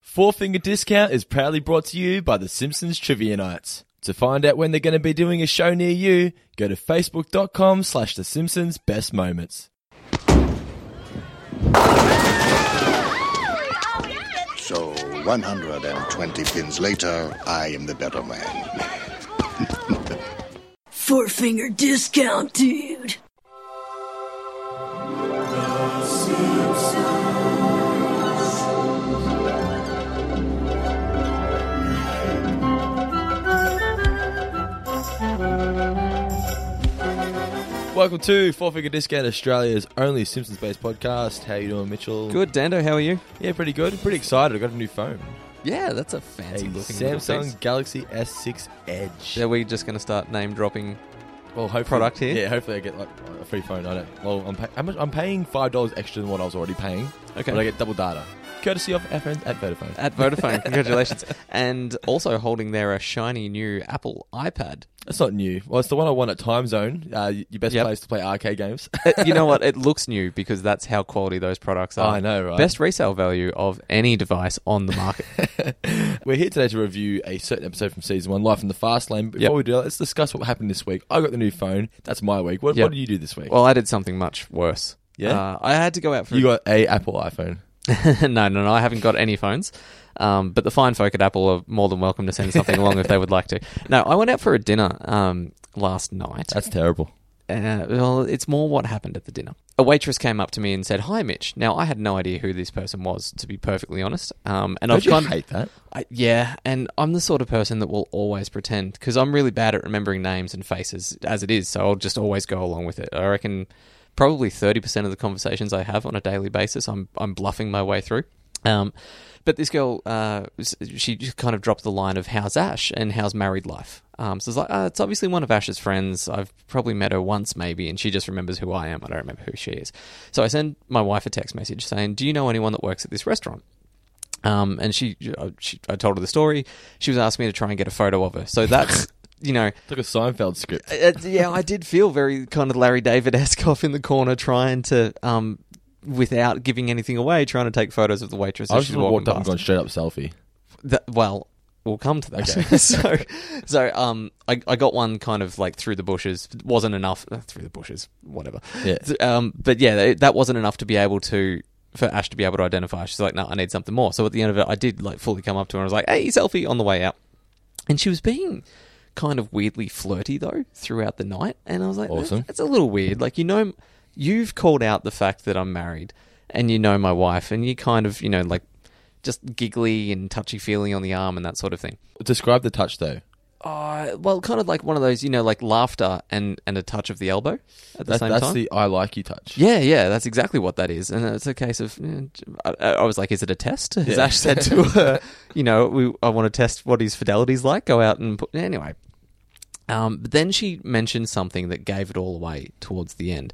Four Finger Discount is proudly brought to you by the Simpsons Trivia Nights. To find out when they're going to be doing a show near you, go to facebook.com slash the Simpsons Best Moments. So, 120 pins later, I am the better man. Four finger discount, dude. Welcome to Four Finger Discount, Australia's only Simpsons-based podcast. How you doing, Mitchell? Good, Dando. How are you? Yeah, pretty good. Pretty excited. I got a new phone. Yeah, that's a fancy a looking little piece. Samsung Galaxy S6 Edge. Are we just going to start name dropping? well, hopefully, product here? Yeah, hopefully I get like a free phone. I don't. Well, I'm pay- how much? I'm paying five dollars extra than what I was already paying. Okay. But I get double data, courtesy of our friends at Vodafone. At Vodafone, congratulations. And also holding there a shiny new Apple iPad. That's not new. Well, it's the one I won at Time Zone. Uh, y- your best Yep. place to play arcade games. It- Uh, you know what? It looks new because that's how quality those products are. I know, right? Best resale value of any device on the market. We're here today to review a certain episode from season one, Life in the Fast Lane. Before Yep. we do that, let's discuss what happened this week. I got the new phone. That's my week. What, Yep. what did you do this week? well, I did something much worse. Yeah? Uh, I had to go out for you got a Apple iPhone. no, no, no. I haven't got any phones. Um, but the fine folk at Apple are more than welcome to send something along if they would like to. No, I went out for a dinner um, last night. That's terrible. Uh, well, it's more what happened at the dinner. A waitress came up to me and said, "Hi, Mitch." Now, I had no idea who this person was, to be perfectly honest. Um, and Don't I've you kind of- hate that? I, yeah, and I'm the sort of person that will always pretend because I'm really bad at remembering names and faces as it is. So I'll just always go along with it. I reckon probably 30% of the conversations I have on a daily basis, I'm I'm bluffing my way through. Um, but this girl, uh, s- she just kind of dropped the line of "How's Ash?" and "How's married life?" Um, so it's like, oh, it's obviously one of Ash's friends. I've probably met her once, maybe, and she just remembers who I am. I don't remember who she is. So I send my wife a text message saying, "Do you know anyone that works at this restaurant?" Um, and she, uh, she, I told her the story. She was asking me to try and get a photo of her. So that's, you know, It's like a Seinfeld script. uh, yeah, I did feel very kind of Larry David esque off in the corner, trying to, um, without giving anything away, trying to take photos of the waitress. I as just she's would've walking walked up and past. gone straight up selfie. That, well, we'll come to that. so, so um, I, I got one kind of like through the bushes. wasn't enough uh, through the bushes. Whatever. Yeah. Th- Um, but yeah, that- that wasn't enough to be able to for Ash to be able to identify. She's like, no, I need something more. So at the end of it, I did like fully come up to her and I was like, hey, selfie on the way out. And she was being kind of weirdly flirty though throughout the night. And I was like, Awesome. that's, that's a little weird. Like, you know, you've called out the fact that I'm married and you know my wife and you kind of, you know, like just giggly and touchy feely on the arm and that sort of thing. Describe the touch though. Uh, well, kind of like one of those, you know, like laughter and, and a touch of the elbow at the That's, same that's time. the I like you touch. Yeah, yeah, that's exactly what that is, and it's a case of. eh, I, I was like, "Is it a test?" As Yeah. Ash said to her, "You know, we, I want to test what his fidelity's like. Go out and put, anyway." Um, but then she mentioned something that gave it all away towards the end,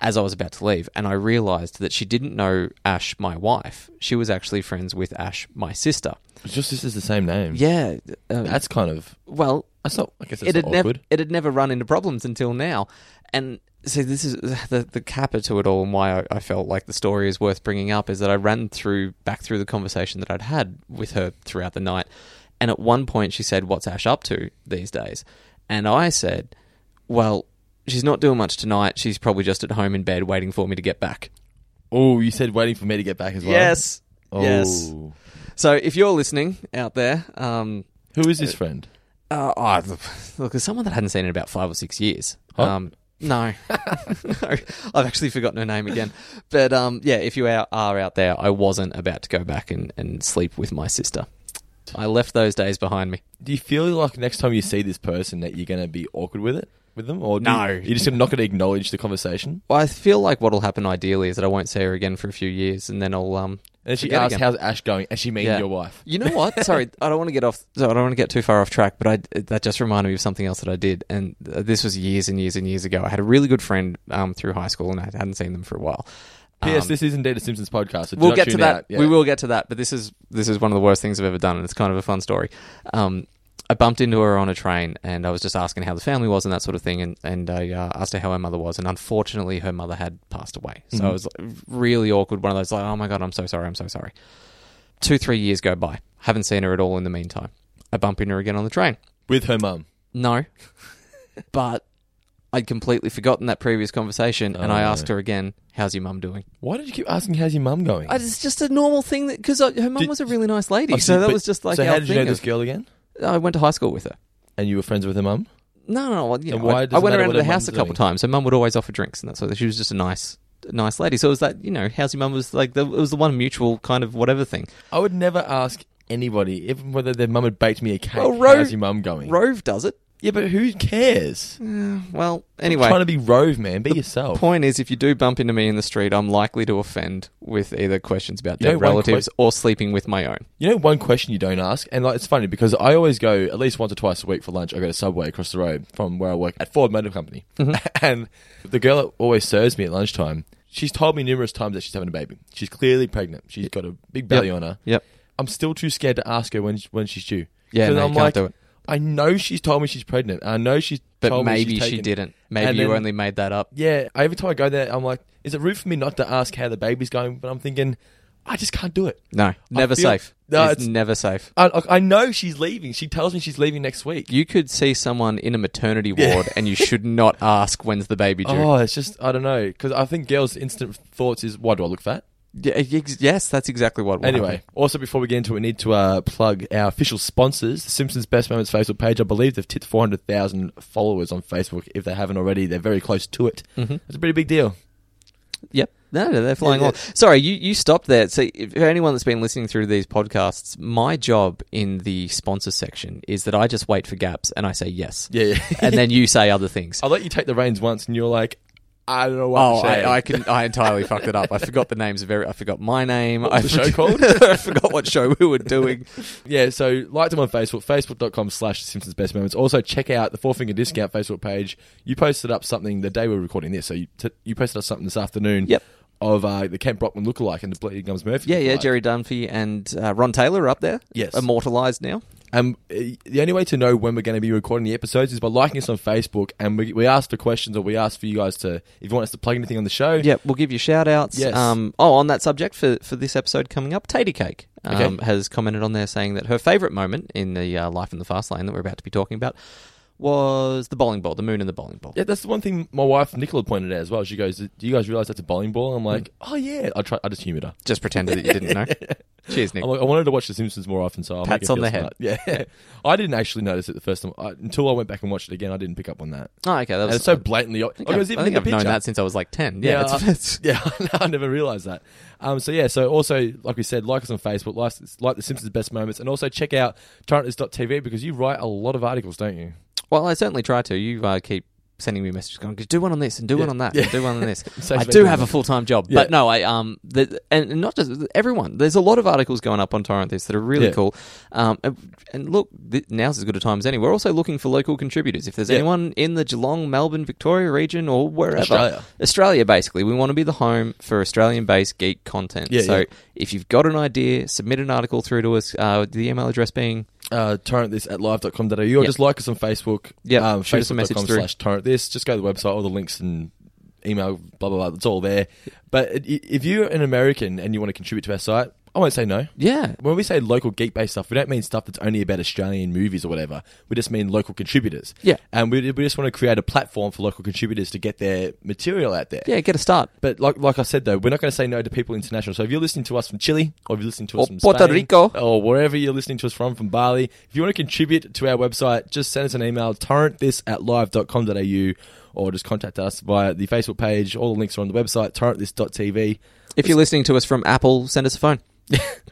as I was about to leave, and I realised that she didn't know Ash, my wife. She was actually friends with Ash, my sister. It's just this is the same name. Yeah, uh, That's kind of well, that's not I guess that's it had not never awkward. it had never run into problems until now, and so this is the the capper to it all, and why I, I felt like the story is worth bringing up is that I ran through back through the conversation that I'd had with her throughout the night, and at one point she said, "What's Ash up to these days?" and I said, "Well." She's not doing much tonight. She's probably just at home in bed waiting for me to get back. Oh, you said waiting for me to get back as well. Yes. Oh. Yes. So if you're listening out there, um, Who is this friend? Uh, oh, look, look, there's someone that I hadn't seen in about five or six years. Huh? Um, no. no, I've actually forgotten her name again. But um, yeah, if you are, are out there, I wasn't about to go back and, and sleep with my sister. I left those days behind me. Do you feel like next time you see this person that you're going to be awkward with it with them, or do No. you, you're just not going to acknowledge the conversation? Well, I feel like what'll happen ideally is that I won't see her again for a few years, and then I'll um. And she forget asks, again. "How's Ash going?" And she means Yeah. your wife. You know what? Sorry, I don't want to get off. So I don't want to get too far off track, but I that just reminded me of something else that I did, and uh, this was years and years and years ago. I had a really good friend um, through high school, and I hadn't seen them for a while. P.S. Um, this is indeed a Simpsons podcast. So do we'll not get to tune that. out. Yeah. We will get to that. But this is this is one of the worst things I've ever done, and it's kind of a fun story. Um, I bumped into her on a train, and I was just asking how the family was and that sort of thing, and and I uh, asked her how her mother was, and unfortunately, her Mm-hmm. mother had passed away. So it was like, really awkward. One of those like, oh my god, I'm so sorry, I'm so sorry. Two, three years go by. Haven't seen her at all in the meantime. I bump into her again on the train. with her mum. No. but I'd completely forgotten that previous conversation, and I Oh. asked her again, "How's your mum doing?" Why did you keep asking how's your mum going? I- It's just a normal thing that because her mum Did- was a really nice lady, Oh, so that but- was just like So our how did you know thing this of- girl again? I went to high school with her. And you were friends with her mum? No, no, no. well, you And know, why I, does I it went matter around what to the her house mum's a couple doing? times, and mum would always offer drinks, and that sort of. She was just a nice, nice lady. So it was that you know, how's your mum was like the, it was the one mutual kind of whatever thing. I would never ask anybody, even whether their mum had baked me a cake. Well, Ro- how's your mum going? Rove does it. yeah, but who cares? Well, anyway, Trying to be Rove, man. Be yourself. point is, if you do bump into me in the street, I'm likely to offend with either questions about You know, dead one relatives or sleeping with my own. You know, one question you don't ask, and like it's funny because I always go at least once or twice a week for lunch. I go to Subway across the road from where I work at Ford Motor Company, Mm-hmm. and the girl that always serves me at lunchtime, she's told me numerous times that she's having a baby. She's clearly pregnant. She's got a big belly Yep. on her. Yep. I'm still too scared to ask her when when she's due. Yeah, Because no, you I'm can't do it. I know she's told me she's pregnant. I know she's. But told me she's maybe she taken- didn't. Maybe And you then- only made that up. Yeah, every time I go there, I'm like, is it rude for me not to ask how the baby's going? But I'm thinking, I just can't do it. No, never feel- safe. No, it's, it's- never safe. I, I- I know she's leaving. She tells me she's leaving next week. You could see someone in a maternity ward, and you should not ask when's the baby due. Oh, it's just I don't know because I think girls' instant thoughts is why do I look fat? Yeah, ex- yes, that's exactly what. Will Anyway, happen. also before we get into it, we need to uh, plug our official sponsors, the Simpsons Best Moments Facebook page. I believe they've tipped four hundred thousand followers on Facebook. If they haven't already, they're very close to it. It's a pretty big deal. Yep. No, no, they're flying Yeah, along. Sorry, you, you stopped there. So, if for anyone that's been listening through these podcasts, my job in the sponsor section is that I just wait for gaps and I say yes. Yeah, Oh, yeah. and then you say other things. I let you take the reins once, and you're like, I don't know what. Oh, to say. I, I can. I entirely fucked it up. I forgot the names of every. I forgot my name. I was the show forgot- called? I forgot what show we were doing. Yeah, so like them on Facebook, facebook.com slash Simpsons Best Moments. Also, check out the Four Finger Discount Facebook page. You posted up something the day we were recording this, so you, t- you posted up something this afternoon Yep. of uh, the Kent Brockman lookalike and the Bloody Gums Murphy. Yeah, yeah. lookalike. Jerry Dunphy and uh, Ron Taylor are up there. Yes. immortalized now. Um, uh, the only way to know when we're going to be recording the episodes is by liking us on Facebook, and we, we ask for questions or we ask for you guys to, if you want us to plug anything on the show. Yeah, we'll give you shout outs. Yes. Um, oh, on that subject for, for this episode coming up, Tatey Cake um, Okay. has commented on there saying that her favourite moment in the uh, Life in the Fast Lane that we're about to be talking about was the bowling ball, the moon and the bowling ball. Yeah, that's the one thing my wife Nicola pointed out as well. She goes, "Do you guys realize that's a bowling ball?" I'm Mm. like, "Oh yeah." I try, I just humoured her. Just pretended that you didn't know. Cheers, Nick. I'm like, I wanted to watch The Simpsons more often, so I'll make Pats it on feel the head. smart. Yeah, I didn't actually notice it the first time I, until I went back and watched it again. I didn't pick up on that. Oh, okay. That And was, it's so blatantly. ob- Like, I it think was even in I've the known picture. that since I was like 10. Yeah, it's, it's- yeah. I never realized that. Um, so yeah, so also like we said, like us on Facebook, like, like the Simpsons best moments, and also check out Tarantins.tv because you write a lot of articles, don't you? Well, I certainly try to. You uh, keep sending me messages going, do one on this and do one on that Yeah. and do one on this. Saves I me do doing have a that. full time job, Yeah. but no, I um, the, and and not just everyone. There's a lot of articles going up on Torrent this that are really Yeah. cool. Um, and, and look, th- now's as good a time as any. We're also looking for local contributors. If there's Yeah. anyone in the Geelong, Melbourne, Victoria region, or wherever, Australia. Australia, basically, we want to be the home for Australian-based geek content. Yeah, so yeah. if you've got an idea, submit an article through to us. Uh, the email address being Uh, torrent this at live.com.au or just like us on Facebook. Yep. um, Shoot us a message facebook.com through. slash torrent this. Just go to the website, all the links and email, blah blah blah. It's all there. But i- if you're an American and you want to contribute to our site, I won't say no. yeah, When we say local geek based stuff, we don't mean stuff that's only about Australian movies or whatever. We just mean local contributors. Yeah. And we, we just want to create a platform for local contributors to get their material out there. yeah, get a start. But like like I said though, we're not going to say no to people international. So if you're listening to us from Chile, or if you're listening to us Or from Puerto Spain, Rico. or wherever you're listening to us from, from Bali, if you want to contribute to our website, just send us an email, torrentthis at live.com.au, or just contact us via the Facebook page. All the links are on the website, torrentthis.tv. If you're listening to us from Apple, send us a phone.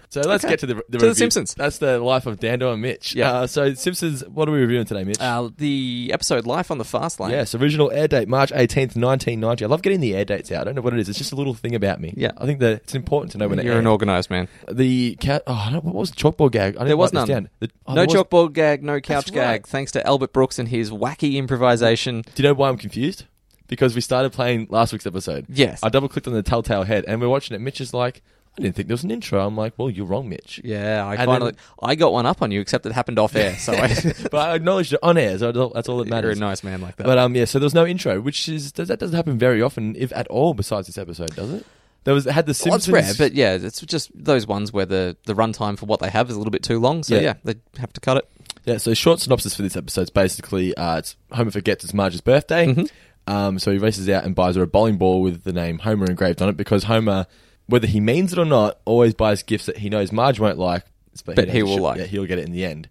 So let's Okay. get to the, the, To The review. Simpsons. That's the life of Dando and Mitch. Yeah. Uh, so Simpsons, what are we reviewing today, Mitch? Uh, the episode Life on the Fast Lane. Yes, original air date March eighteenth, nineteen ninety. I love getting the air dates out. I don't know what it is. It's just a little thing about me. Yeah. I think that it's important to know when it You're an aired. organized man. the cat. Oh, I don't, what was the chalkboard gag? I didn't There was write this none. down. The- oh, there no was- chalkboard gag, no couch That's right. gag. Thanks to Albert Brooks and his wacky improvisation. Do you know why I'm confused? Because we started playing last week's episode. Yes. I double clicked on the Telltale head, and we're watching it. Mitch is like, I didn't think there was an intro. I'm like, well, you're wrong, Mitch. Yeah, I And finally then- I got one up on you, except it happened off air. So I, But I acknowledged it on air, so I don't- that's all that you're a matters. nice man like that. But um, yeah. So there's no intro, which is that doesn't happen very often, if at all, besides this episode, does it? There was it had the Well, Simpsons. it's rare, but yeah, it's just those ones where the, the runtime for what they have is a little bit too long. So Yeah. yeah, they have to cut it. Yeah, so short synopsis for this episode is basically uh, it's Homer forgets it's Marge's birthday. Mm-hmm. Um, so he races out and buys her a bowling ball with the name Homer engraved on it because Homer, whether he means it or not, always buys gifts that he knows Marge won't like. But knows he will she'll- like. Yeah, he'll get it in the end.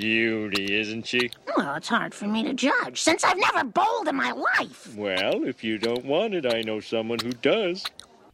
Beauty, isn't she? Well, it's hard for me to judge since I've never bowled in my life. Well, if you don't want it, I know someone who does.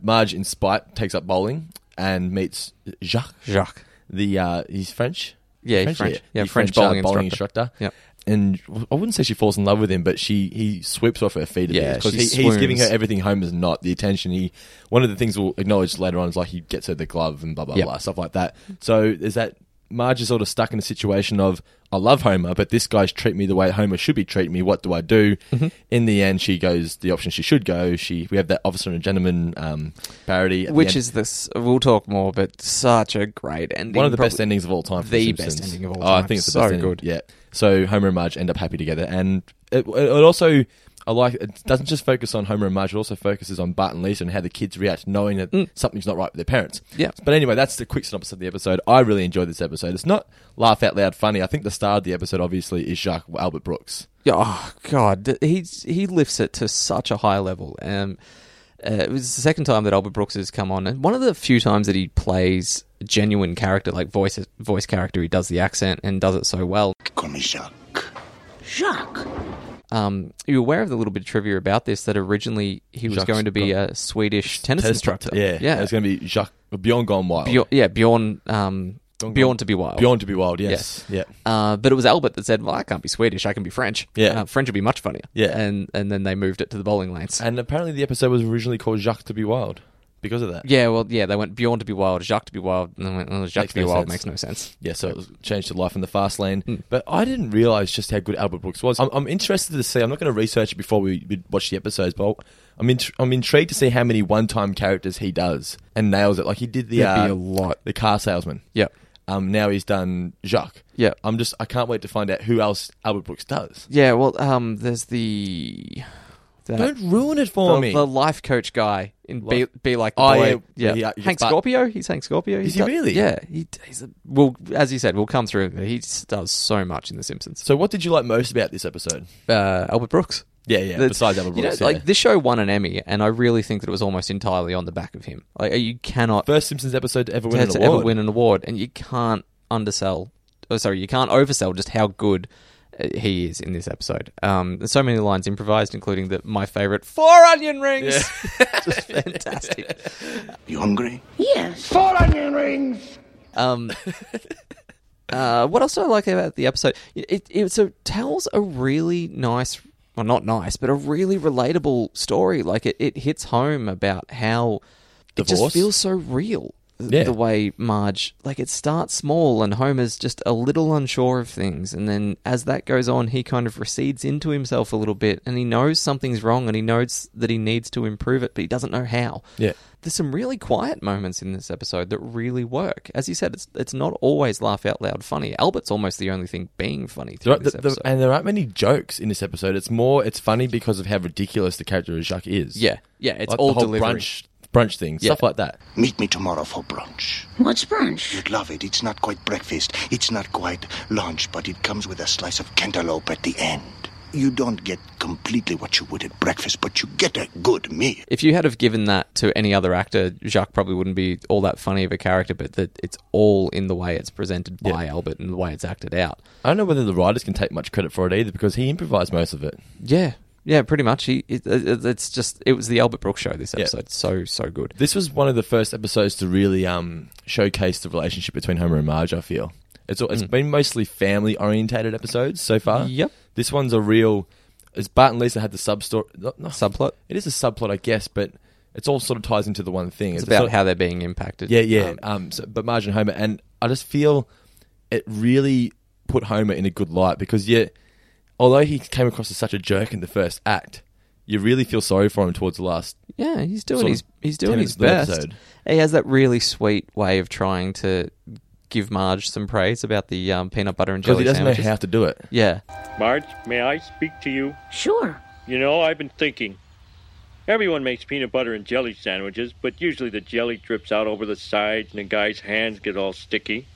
Marge, in spite, takes up bowling and meets Jacques. Jacques. The uh, he's French. Yeah, he's French. Yeah, He's French uh, bowling instructor. instructor. Yep. And I wouldn't say she falls in love with him, but she he sweeps off her feet a Yeah, because she he, he's giving her swoons. everything Homer's not the attention. He one of the things we'll acknowledge later on is like he gets her the glove and blah blah Yep. blah stuff like that. So there's that Marge is sort of stuck in a situation of I love Homer, but this guy's treat me the way Homer should be treating me. What do I do? Mm-hmm. In the end, she goes the option she should go. She we have that officer and gentleman um, parody, at the Which end. is this? We'll talk more, but such a great ending. one of the best Probably- endings of all time. for the Simpsons. best ending of all Oh, I time. think it's the So best ending. good. Yeah. So Homer and Marge end up happy together, and it, it also I like it doesn't just focus on Homer and Marge. It also focuses on Bart and Lisa and how the kids react, knowing that something's not right with their parents. Mm. Yeah. But anyway, that's the quick synopsis of the episode. I really enjoyed this episode. It's not laugh out loud funny. I think the star of the episode obviously is Jacques Albert Brooks. Yeah, oh god, th- he's he lifts it to such a high level. Um, uh, it was the second time that Albert Brooks has come on, and one of the few times that he plays a genuine character, like voice voice character. He does the accent and does it so well. Call me Jacques. Jacques. Um, are you aware of the little bit of trivia about this? That originally he was Jacques going to be a Swedish tennis instructor. Yeah. yeah, It's going to be Jacques Beyond Gone Wild. Bjor- yeah, Bjorn, um, Don't go- Bjorn to be wild. Beyond to be wild. Yes. Yeah. Uh, but it was Albert that said, "Well, I can't be Swedish. I can be French. Yeah. uh, French would be much funnier." Yeah. and and then they moved it to the bowling lanes. And apparently the episode was originally called Jacques to be wild because of that. Yeah, well, yeah, they went Bjorn to be wild, Jacques to be wild, and then went, oh, Jacques Makes to be no wild sense. makes no sense. Yeah, so it was changed to life in the fast lane. Hmm. But I didn't realize just how good Albert Brooks was. I'm, I'm interested to see. I'm not going to research it before we, we watch the episodes, but I'll- I'm int- I'm intrigued to see how many one time characters he does and nails it. Like he did the There'd uh, be a lot. the car salesman. Yep. Um. Now he's done Jacques. Yeah. I'm just. I can't wait to find out who else Albert Brooks does. Yeah, well, um, there's the that, Don't ruin it for the, me. the life coach guy in be, Life- be like the Oh, Boy. yeah, yeah, yeah, yeah, Hank but- Scorpio. He's Hank Scorpio. He's he really? Yeah, he, he's a, well, as you said, we'll come through. He s- does so much in The Simpsons. so what did you like most about this episode? Uh, Albert Brooks. Yeah, yeah. That's- besides Albert you know, Brooks, yeah. like this show won an Emmy, and I really think that it was almost entirely on the back of him. Like you cannot first Simpsons episode to ever win an to award. ever win an award, and you can't undersell. Oh, sorry, you can't oversell just how good uh, he is in this episode. Um, there's so many lines improvised, including that my favorite four onion rings. just fantastic. You hungry? Yes. Um, uh, what else do I like about the episode? It it so tells a really nice, well, not nice, but a really relatable story. Like it, it hits home about how it Divorce? just feels so real. th- Yeah. The way Marge, like it starts small, and Homer's just a little unsure of things, and then as that goes on, he kind of recedes into himself a little bit, and he knows something's wrong, and he knows that he needs to improve it, but he doesn't know how Yeah. there's some really quiet moments in this episode that really work. As you said, it's it's not always laugh out loud funny. Albert's almost the only thing being funny There through are, this th- th- episode. and there aren't many jokes in this episode. It's more, it's funny because of how ridiculous the character of Jacques is. yeah, yeah, it's Like all the whole delivery. brunch, brunch thing, stuff Yeah. like that. Meet me tomorrow for brunch. What's brunch? You'd love it. It's not quite breakfast. It's not quite lunch, but it comes with a slice of cantaloupe at the end. You don't get completely what you would at breakfast, but you get a good meal. If you had have given that to any other actor, Jacques probably wouldn't be all that funny of a character. But that it's all in the way it's presented by Albert and the way it's acted out. I don't know whether the writers can take much credit for it either because he improvised most of it. Yeah, yeah, pretty much. He, it, it, it's just it was the Albert Brooks show. This Yeah. episode, so so good. This was one of the first episodes to really um, showcase the relationship between Homer and Marge, I feel. It's, al- it's been mostly family orientated episodes so far. Hmm. Yep. This one's a real. As Bart and Lisa had the sub story. Subplot. It is a subplot, I guess, but it's all sort of ties into the one thing. It's sort about of- how they're being impacted. Yeah, yeah. Um, Um, so, but Marge and Homer, and I just feel it really put Homer in a good light because yeah, although he came across as such a jerk in the first act, you really feel sorry for him towards the last. Yeah, he's doing sort his of he's doing tenets his of the best. episode. He has that really sweet way of trying to give Marge some praise about the um, peanut butter and Because he jelly doesn't sandwiches. know how to do it. yeah, Marge, may I speak to you? Sure. You know, I've been thinking. Everyone makes peanut butter and jelly sandwiches, but usually the jelly drips out over the sides and the guy's hands get all sticky.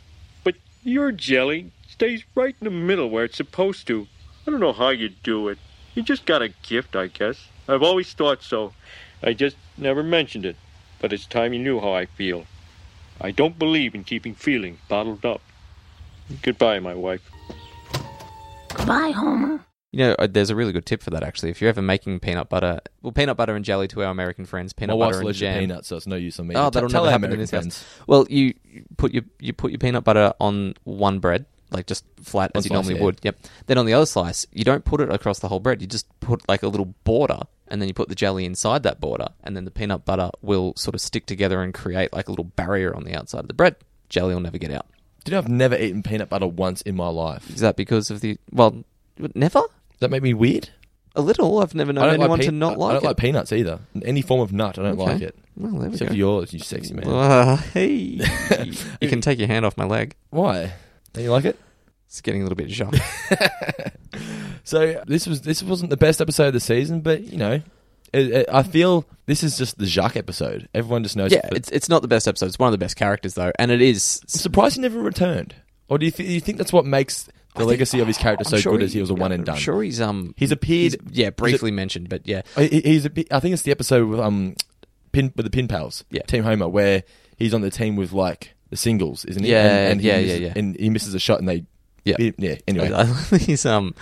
But your jelly stays right in the middle where it's supposed to. I don't know how you do it. You just got a gift, I guess. I've always thought so. I just never mentioned it. But it's time you knew how I feel. I don't believe in keeping feelings bottled up. Goodbye, my wife. Goodbye, Homer. You know, uh, there's a really good tip for that actually. If you're ever making peanut butter, well, peanut butter and jelly to our American friends, My peanut wife's butter and allergic to jam. peanuts, so it's no use on me. Oh, that'll Tell never our happen in American this friends. house. Well, you you put your you put your peanut butter on one bread, like just flat One as you slice, normally yeah. would. Yep. Then on the other slice, you don't put it across the whole bread. You just put like a little border, and then you put the jelly inside that border, and then the peanut butter will sort of stick together and create like a little barrier on the outside of the bread. Jelly will never get out. Do you know I've never eaten peanut butter once in my life? Is that because of the well, never Does that make me weird? a little? I've never known anyone pe- to not I like don't it. like peanuts either. Any form of nut, I don't like Okay. it. Well, there we Except go. for yours, you sexy man. Ah, hey, you can take your hand off my leg. Why? Don't you like it? It's getting a little bit shocked. So this was this wasn't the best episode of the season, but you know, it, it, I feel this is just the Jacques episode. Everyone just knows. Yeah, but it's it's not the best episode. It's one of the best characters though, and it is. I'm surprised he never returned. Or do you, th- you think that's what makes the legacy of his character I'm so sure good? as he was a one and done. I'm sure he's um He's appeared- yeah briefly mentioned, but yeah, He- he- He's. A, bit- I think it's the episode with um, pin with the pin pals. Yeah. Team Homer, where he's on the team with like the singles, isn't he? Yeah, and, and he yeah, misses, yeah, yeah. And he misses a shot, and they. Yeah. beat him. yeah. Anyway, I love his um.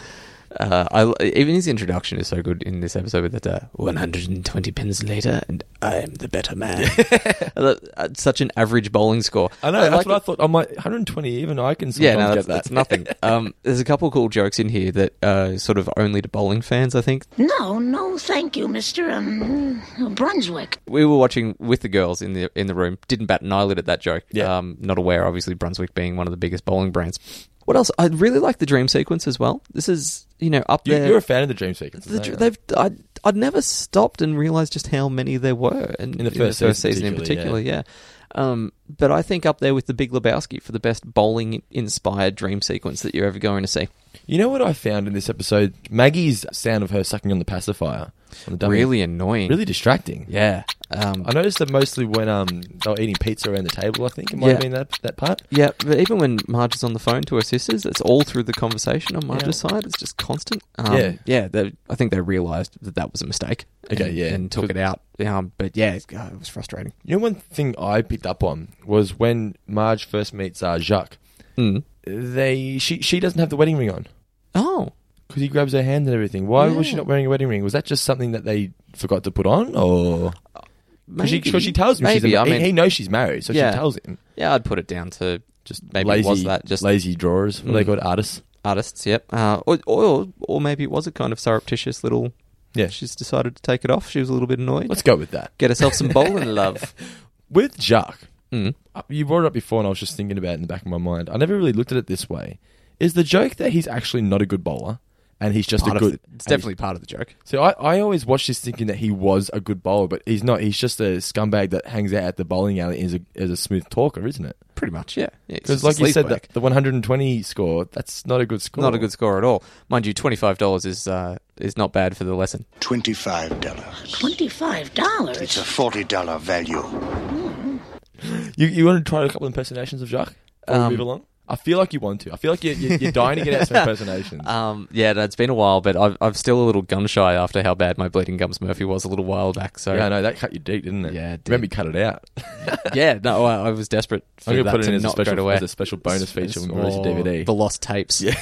Uh, I, even his introduction is so good in this episode with that uh, 120 pins later and I'm the better man. I love- uh, Such an average bowling score. I know. that's like what I it- thought. I'm like 120 even. I can sometimes Yeah, no, get that's, that. that's nothing. um, there's a couple cool jokes in here that uh, sort of only to bowling fans, I think. No, no, thank you, Mr. Um, Brunswick. we were watching with the girls in the in the room. Didn't bat an eyelid at that joke. Yeah. Um, not aware, obviously, Brunswick being one of the biggest bowling brands. What else? I really like the dream sequence as well. This is you know up You, there. You're a fan of the dream sequence. the, dr- they've I, I'd never stopped and realized just how many there were in, the first season in particular. particularly, Yeah. Um, but I think up there with the Big Lebowski for the best bowling inspired dream sequence that you're ever going to see. You know what I found in this episode? Maggie's sound of her sucking on the pacifier. On the dummy. Really annoying. Really distracting. Yeah. Um, I noticed that mostly when um they were eating pizza around the table, I think it might have Yeah. been that that part. Yeah, but even when Marge is on the phone to her sisters, it's all through the conversation on Marge's side. It's just constant. Um, Yeah. yeah. They, I think they realised that that was a mistake. Okay, and- yeah. and took it out. Um, but yeah, it, God, it was frustrating. You know, one thing I picked up on was when Marge first meets uh, Jacques. Mm. They she she doesn't have the wedding ring on Oh, because he grabs her hand and everything. Why was she Yeah. not wearing a wedding ring? Was that just something that they forgot to put on, or because she, maybe. 'cause she tells him Maybe. she's a, I he- mean, he, knows she's married, so Yeah. she tells him yeah, I'd put it down to just Maybe it lazy was that, just- lazy drawers. What are they Mm. called artists. artists. Yep. Uh, or, or or maybe it was a kind of surreptitious little. Yeah. She's decided to take it off. She was a little bit annoyed. Let's go with that. get herself some bowling love. With Jacques, Mm. uh, you brought it up before, and I was just thinking about it in the back of my mind. I never really looked at it this way. Is the joke that he's actually not a good bowler, and he's just Part a of good? the- it's definitely part of the joke. So I, I always watched this thinking that he was a good bowler, but he's not. He's just a scumbag that hangs out at the bowling alley and is a, is a smooth talker, isn't it? Pretty much, yeah. Yeah, it's Because just like a you said, sleazebag. that the 120 score that's not a good score. Not a good score at all. Mind you, twenty five dollars is uh, is not bad for the lesson. Twenty-five dollars. Twenty-five It's a dollars. forty-dollar value. You you want to try a couple impersonations of Jacques? before we Um, move along. I feel like you want to. I feel like you're, you're, you're dying to get out some impersonations. Um, yeah, no, it's been a while, but I've, I'm still a little gun shy after how bad my bleeding gums Murphy was a little while back. So yeah, I know that cut you deep, didn't it? Yeah, it remember you cut it out. yeah, no, I, I was desperate for I'm gonna that put it to in as a not go to special air. as a special bonus feature when we release a Or DVD. The lost tapes. Yeah.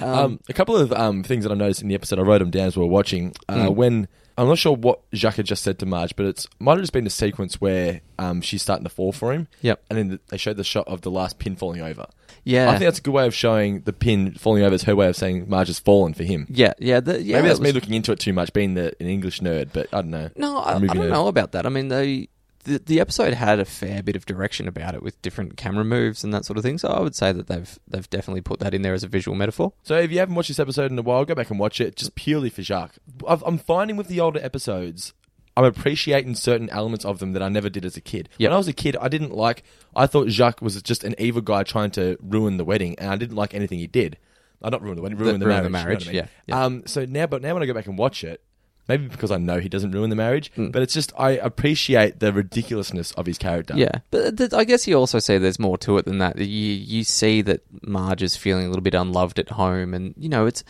Um, a couple of um, things that I noticed in the episode, I wrote them down as we were watching. Uh, When I'm not sure what Jacques had just said to Marge, but it's might have just been the sequence where um, she's starting to fall for him. Yep. And then they showed the shot of the last pin falling over. Yeah. I think that's a good way of showing the pin falling over is her way of saying Marge has fallen for him. yeah, yeah, the, yeah. Maybe that's it me was- looking into it too much, being the, an English nerd, but I don't know. No, I, I Movie don't nerd. know about that. I mean, they the, the episode had a fair bit of direction about it with different camera moves and that sort of thing. So I would say that they've they've definitely put that in there as a visual metaphor. So if you haven't watched this episode in a while, go back and watch it just purely for Jacques. I've, I'm finding with the older episodes, I'm appreciating certain elements of them that I never did as a kid. Yep. When I was a kid, I didn't like. I thought Jacques was just an evil guy trying to ruin the wedding, and I didn't like anything he did. I Uh, not ruin the wedding, ruin the, ruin the marriage. you know what I mean? marriage, yeah, yeah. Um. So now, but now when I go back and watch it, Maybe because I know he doesn't ruin the marriage, Mm. but it's just I appreciate the ridiculousness of his character. Yeah, but th- I guess you also see there's more to it than that. You you see that Marge is feeling a little bit unloved at home, and you know it's.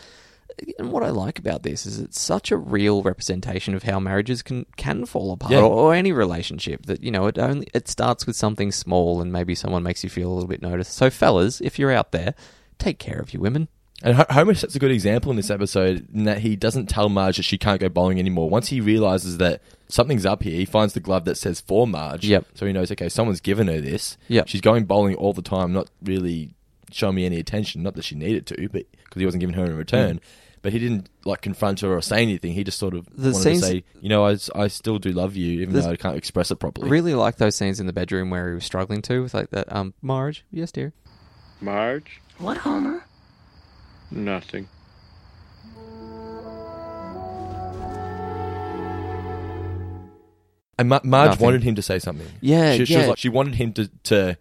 And what I like about this is it's such a real representation of how marriages can can fall apart, Yeah. or, or any relationship. That you know it only it starts with something small, and maybe someone makes you feel a little bit noticed. So, fellas, if you're out there, take care of your women. And Ho- Homer sets a good example in this episode in that he doesn't tell Marge that she can't go bowling anymore. Once he realizes that something's up here, he finds the glove that says for Marge. Yep. So he knows, okay, someone's given her this. Yep. She's going bowling all the time, not really showing me any attention. Not that she needed to, but because he wasn't giving her in Mm. return. But he didn't like confront her or say anything. He just sort of The wanted scenes- to say, you know, I, s- I still do love you, even There's- though I can't express it properly. Really like those scenes in the bedroom where he was struggling to with like that. Um, Marge, yes, dear. Marge? What, Homer? Nothing. And Ma- Marge Nothing. wanted him to say something. Yeah, she, she was yeah. like she wanted him to, to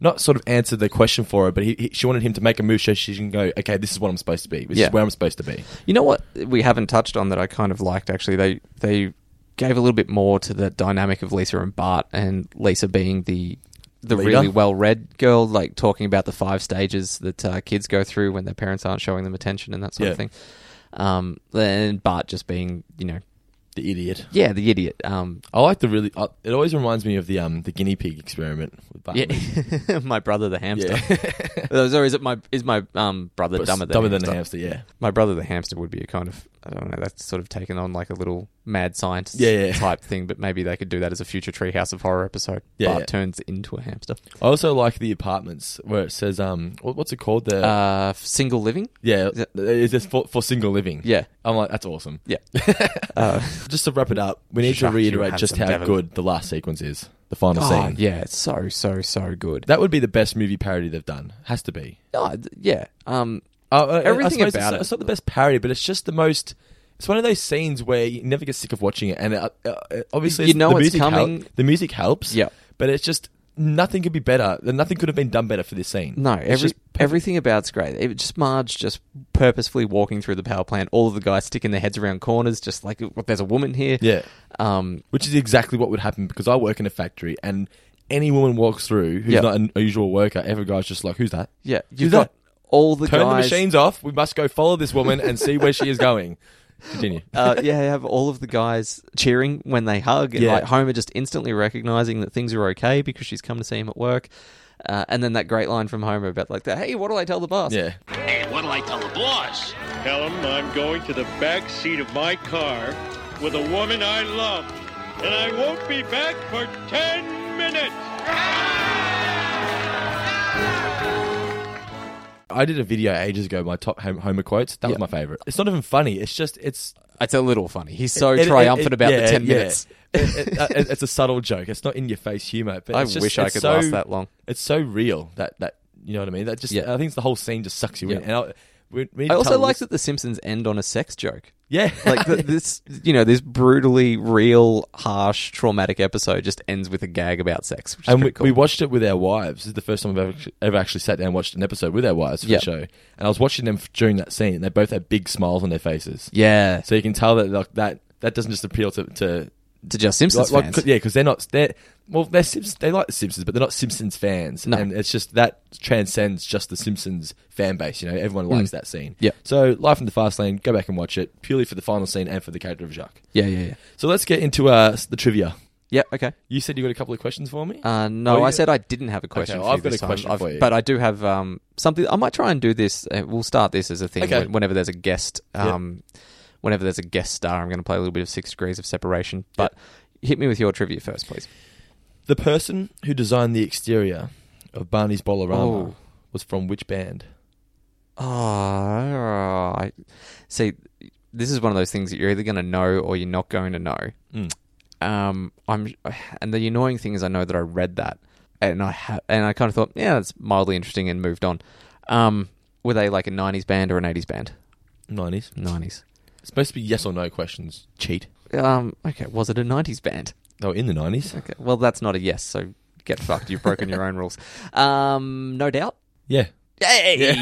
not sort of answer the question for her, but he, he, she wanted him to make a move so she can go. Okay, this is what I'm supposed to be. This Yeah. is where I'm supposed to be. You know what we haven't touched on that I kind of liked actually. They they gave a little bit more to the dynamic of Lisa and Bart, and Lisa being the the Leader? really well-read girl, like talking about the five stages that uh, kids go through when their parents aren't showing them attention and that sort of Yeah. thing. Um, and Bart just being, you know, The idiot. yeah, the idiot. Um, I like the really. Uh, it always reminds me of the um the guinea pig experiment with Bart. yeah, my brother the hamster. Um, Yeah. Sorry, is it my is my um brother But dumber than dumber than hamster? a hamster. Yeah. My brother the hamster would be a kind of I don't know, that's sort of taken on like a little mad scientist Yeah, yeah. type thing, but maybe they could do that as a future treehouse of horror episode. Yeah, Bart yeah. turns into a hamster. I also like the apartments where it says um what, what's it called the Uh single living? yeah is it- it's just for, for single living. Yeah. I'm like that's awesome. Yeah. Just to wrap it up, we need Shut to you reiterate handsome just how devil. good the last sequence is. The final oh, scene. yeah, it's so, so, so good. That would be the best movie parody they've done. Has to be. Oh, th- yeah. Um Uh, uh, Everything I suppose about it's, it. It's not the best parody, but it's just the most. It's one of those scenes where you never get sick of watching it, and uh, uh, uh, obviously You it's- know the it's music hel- coming. the music helps. Yeah. but it's just nothing could be better. Nothing could have been done better for this scene. no, It's every just perfect. everything about's great. It was just Marge just purposefully walking through the power plant, all of the guys sticking their heads around corners, just like there's a woman here. yeah, Um which is exactly what would happen because I work in a factory and. Any woman walks through who's Yeah. not an usual worker, every guy's just like, "Who's that? yeah. Who's You've got that? all the Turn guys the machines off. We must go follow this woman and see where she is going." Continue. uh, yeah, you have all of the guys cheering when they hug, and Yeah. like Homer just instantly recognizing that things are okay because she's come to see him at work. Uh, and then that great line from Homer about like, "Hey, what'll I tell the boss?" yeah, Tell him I'm going to the back seat of my car with a woman I love, and I won't be back for ten minutes. I did a video ages ago. My top Hom- Homer quotes. That was my favorite. It's not even funny. It's just it's it's a little funny. He's so It- it- triumphant it- about yeah, the ten yeah. minutes. It- it- uh, it- it's a subtle joke. It's not in your face humor. But I it's just- wish I it's could so- last that long. It's so real that that you know what I mean. That just Yeah. I think it's the whole scene just sucks you in. Yeah. And I, we, we need I to also tell like this- that the Simpsons end on a sex joke. yeah, Like th this, you know, this brutally real, harsh, traumatic episode just ends with a gag about sex, which is And we, pretty cool. we watched it with our wives. This is the first time I've ever, ever actually sat down and watched an episode with our wives for Yeah. the show. And I was watching them f- during that scene, and they both had big smiles on their faces. yeah, So you can tell that like that that doesn't just appeal to, to to just Simpsons like, like, fans. yeah, because they're not they're well they're Simpsons, they like the Simpsons, but they're not Simpsons fans, No. and it's just that transcends just the Simpsons fan base. You know, everyone likes that scene. Mm. Yeah. So, Life in the Fast Lane, go back and watch it purely for the final scene and for the character of Jacques. yeah, yeah, yeah. So let's get into uh, the trivia. Yeah, okay. You said you got a couple of questions for me. Uh, no, Oh, I you- said I didn't have a question. Okay, for well, you I've got this a time. question I've- for you. but I do have um, something. I might try and do this. Uh, we'll start this as a thing Okay. when- whenever there's a guest. Yeah. Um, Whenever there's a guest star, I'm going to play a little bit of Six Degrees of Separation. But hit me with your trivia first, please. the person who designed the exterior of Barney's Bolorama Oh. was from which band? Oh, I see. This is one of those things that you're either going to know or you're not going to know. Hmm. Um, I'm, and the annoying thing is, I know that I read that, and I ha- and I kind of thought, yeah, that's mildly interesting, and moved on. Um, were they like a '90s band or an '80s band? Nineties. '90s. It's supposed to be yes or no questions. Cheat. Um, okay, was it a '90s band? They were in the nineties. Okay, well, that's not a yes. So get fucked. You've broken your own rules. Um, no doubt. Yeah. Hey!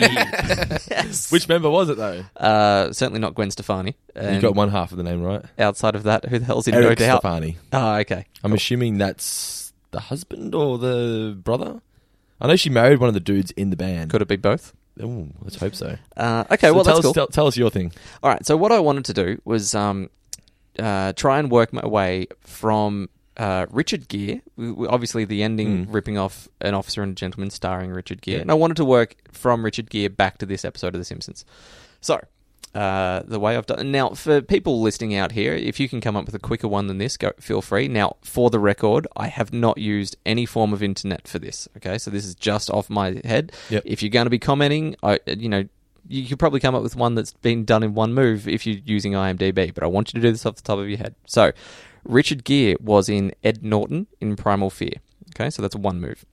Which member was it though? Uh, certainly not Gwen Stefani. And you got one half of the name right. outside of that, who the hell's in no Eric doubt? Stefani. Oh, okay. I'm assuming that's the husband or the brother. I know she married one of the dudes in the band. Could it be both? Ooh, let's hope so. Uh, okay, So well, tell that's us, cool. tell, tell us your thing. All right. So what I wanted to do was um, uh, try and work my way from uh, Richard Gere, w- w- obviously the ending ripping off an officer and a gentleman starring Richard Gere, and I wanted to work from Richard Gere back to this episode of The Simpsons. So. Uh, the way I've done now for people listening out here, if you can come up with a quicker one than this, go feel free. Now, for the record, I have not used any form of internet for this. Okay, so this is just off my head. Yep. If you're going to be commenting, I you know you could probably come up with one that's been done in one move if you're using IMDb, but I want you to do this off the top of your head. So, Richard Gere was in Ed Norton in Primal Fear. Okay, so that's one move.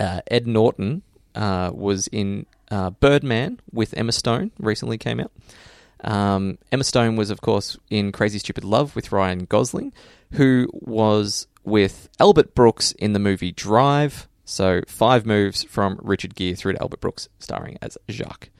Uh, Ed Norton uh, was in uh, Birdman with Emma Stone, recently came out. Um, Emma Stone was, of course, in Crazy Stupid Love with Ryan Gosling, who was with Albert Brooks in the movie Drive. So, five moves from Richard Gere through to Albert Brooks, starring as Jacques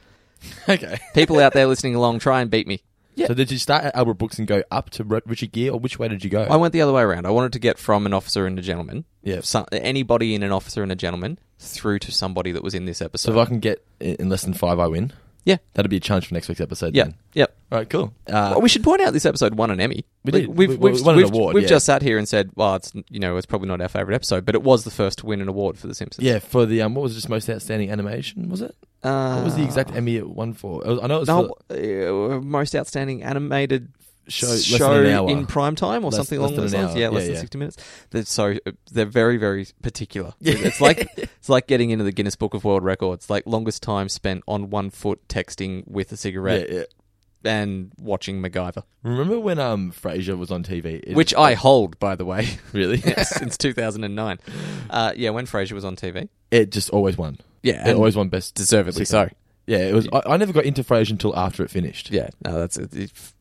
Okay. people out there listening along, try and beat me. Yeah. So did you start at Albert Brooks and go up to Ri- Richard Gere, or which way did you go? I went the other way around. I wanted to get from an officer and a gentleman, Yeah. some, anybody in an officer and a gentleman, through to somebody that was in this episode. so if I can get i- in less than five, I win. yeah, That'd be a challenge for next week's episode. yeah, Then. yeah. All right. Cool. Uh, Well, we should point out this episode won an Emmy. We Like, did. We've, We- we've, we won an we've- award, We've yeah. just sat here and said, "Well, it's you know, it's probably not our favorite episode, but it was the first to win an award for The Simpsons." yeah, for the um, what was it, just most outstanding animation? Was it? Uh, What was the exact Emmy it won for? It was- I know it was no, for uh, most outstanding animated show, less than show an hour. in prime time or Less- something less along than those an lines. hour. Yeah, less Yeah, than yeah. sixty minutes. They're so they're very very particular. It's like it's like getting into the Guinness Book of World Records. Like longest time spent on one foot texting with a yeah, cigarette yeah. and watching MacGyver, Remember when um Frasier was on TV? It- which I hold by the way really, since two thousand and nine. Uh, yeah, when Frasier was on TV. it just always won. Yeah, It and always won best deservedly so. sitcom. Yeah, it was. I, I never got into Frasier until after it finished. Yeah, no, that's a,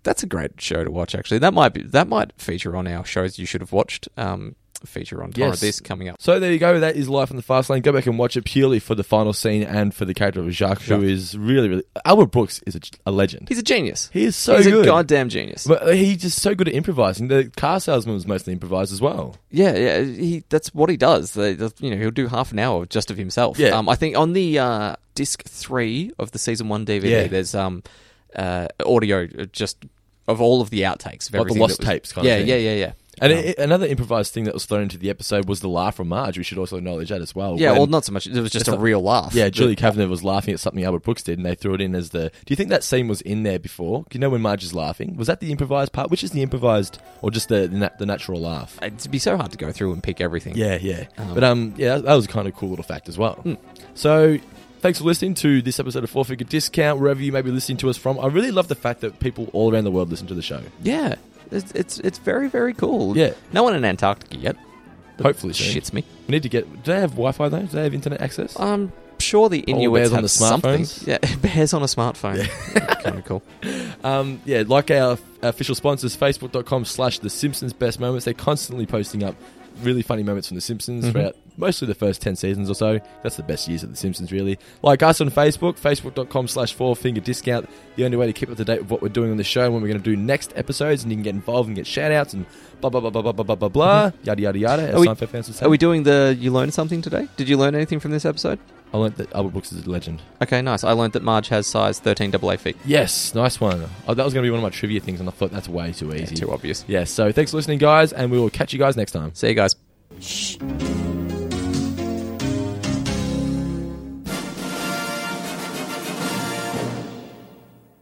that's a great show to watch. Actually, that might be that might feature on our shows you should have watched. Um, feature on Torrent Yes. this coming up. So there you go. That is Life in the Fast Lane. Go back and watch it purely for the final scene and for the character of Jacques, Jacques. who is really, really. Albert Brooks is a, a legend. He's a genius. He is so He's good. a goddamn genius. But uh, he's just so good at improvising. The car salesman was mostly improvised as well. yeah, yeah. He that's what he does. They- they- you know, he'll do half an hour just of himself. Yeah. Um, I think on the uh, disc three of the season one DVD, Yeah. there's um, uh, audio uh, just of all of the outtakes, Like of the everything lost that was- tapes kind of yeah, thing. Yeah, yeah, yeah, And Um, it, another improvised thing that was thrown into the episode was the laugh from Marge. We should also acknowledge that as well. yeah. When- Well, not so much. It was just a not- real laugh. Yeah, Julie Kavanagh was laughing at something Albert Brooks did, and they threw it in as the. Do you think that scene was in there before? Do you know when Marge is laughing? Was that the improvised part? Which is the improvised, or just the the nat- the natural laugh? It'd be so hard to go through and pick everything. Yeah, yeah. but um, yeah, that, that was kind of cool little fact as well. So. Thanks for listening to this episode of Four Figure Discount, wherever you may be listening to us from. I really love the fact that people all around the world listen to the show. yeah. It's it's, it's very very cool. Yeah. No one in Antarctica yet. Hopefully, soon. Shits me. We need to get. Do they have Wi-Fi though? Do they have internet access? I'm sure the Inuits bears on have the something. smartphones? Yeah, bears on a smartphone. kind of cool. Um, yeah, like our official sponsors, facebook.com slash The Simpsons Best Moments. They're constantly posting up really funny moments from The Simpsons throughout mostly the first 10 seasons or so. That's the best years of The Simpsons, really. Like us on Facebook, facebook.com slash four finger discount. The only way to keep up to date with what we're doing on the show and when we're going to do next episodes, and you can get involved and get shout outs and blah, blah, blah, blah, blah, blah, blah, blah, blah, yada, yada, yada. As Are we- Seinfeld fans would say. Are we doing the you learned something today? Did you learn anything from this episode? I learned that Albert Brooks is a legend. Okay, nice. I learned that Marge has size 13 double A feet. Yes, nice one. Oh, that was going to be one of my trivia things, and I thought that's way too easy. Too obvious. Yeah, so thanks for listening, guys, and we will catch you guys next time. See you guys. Shh.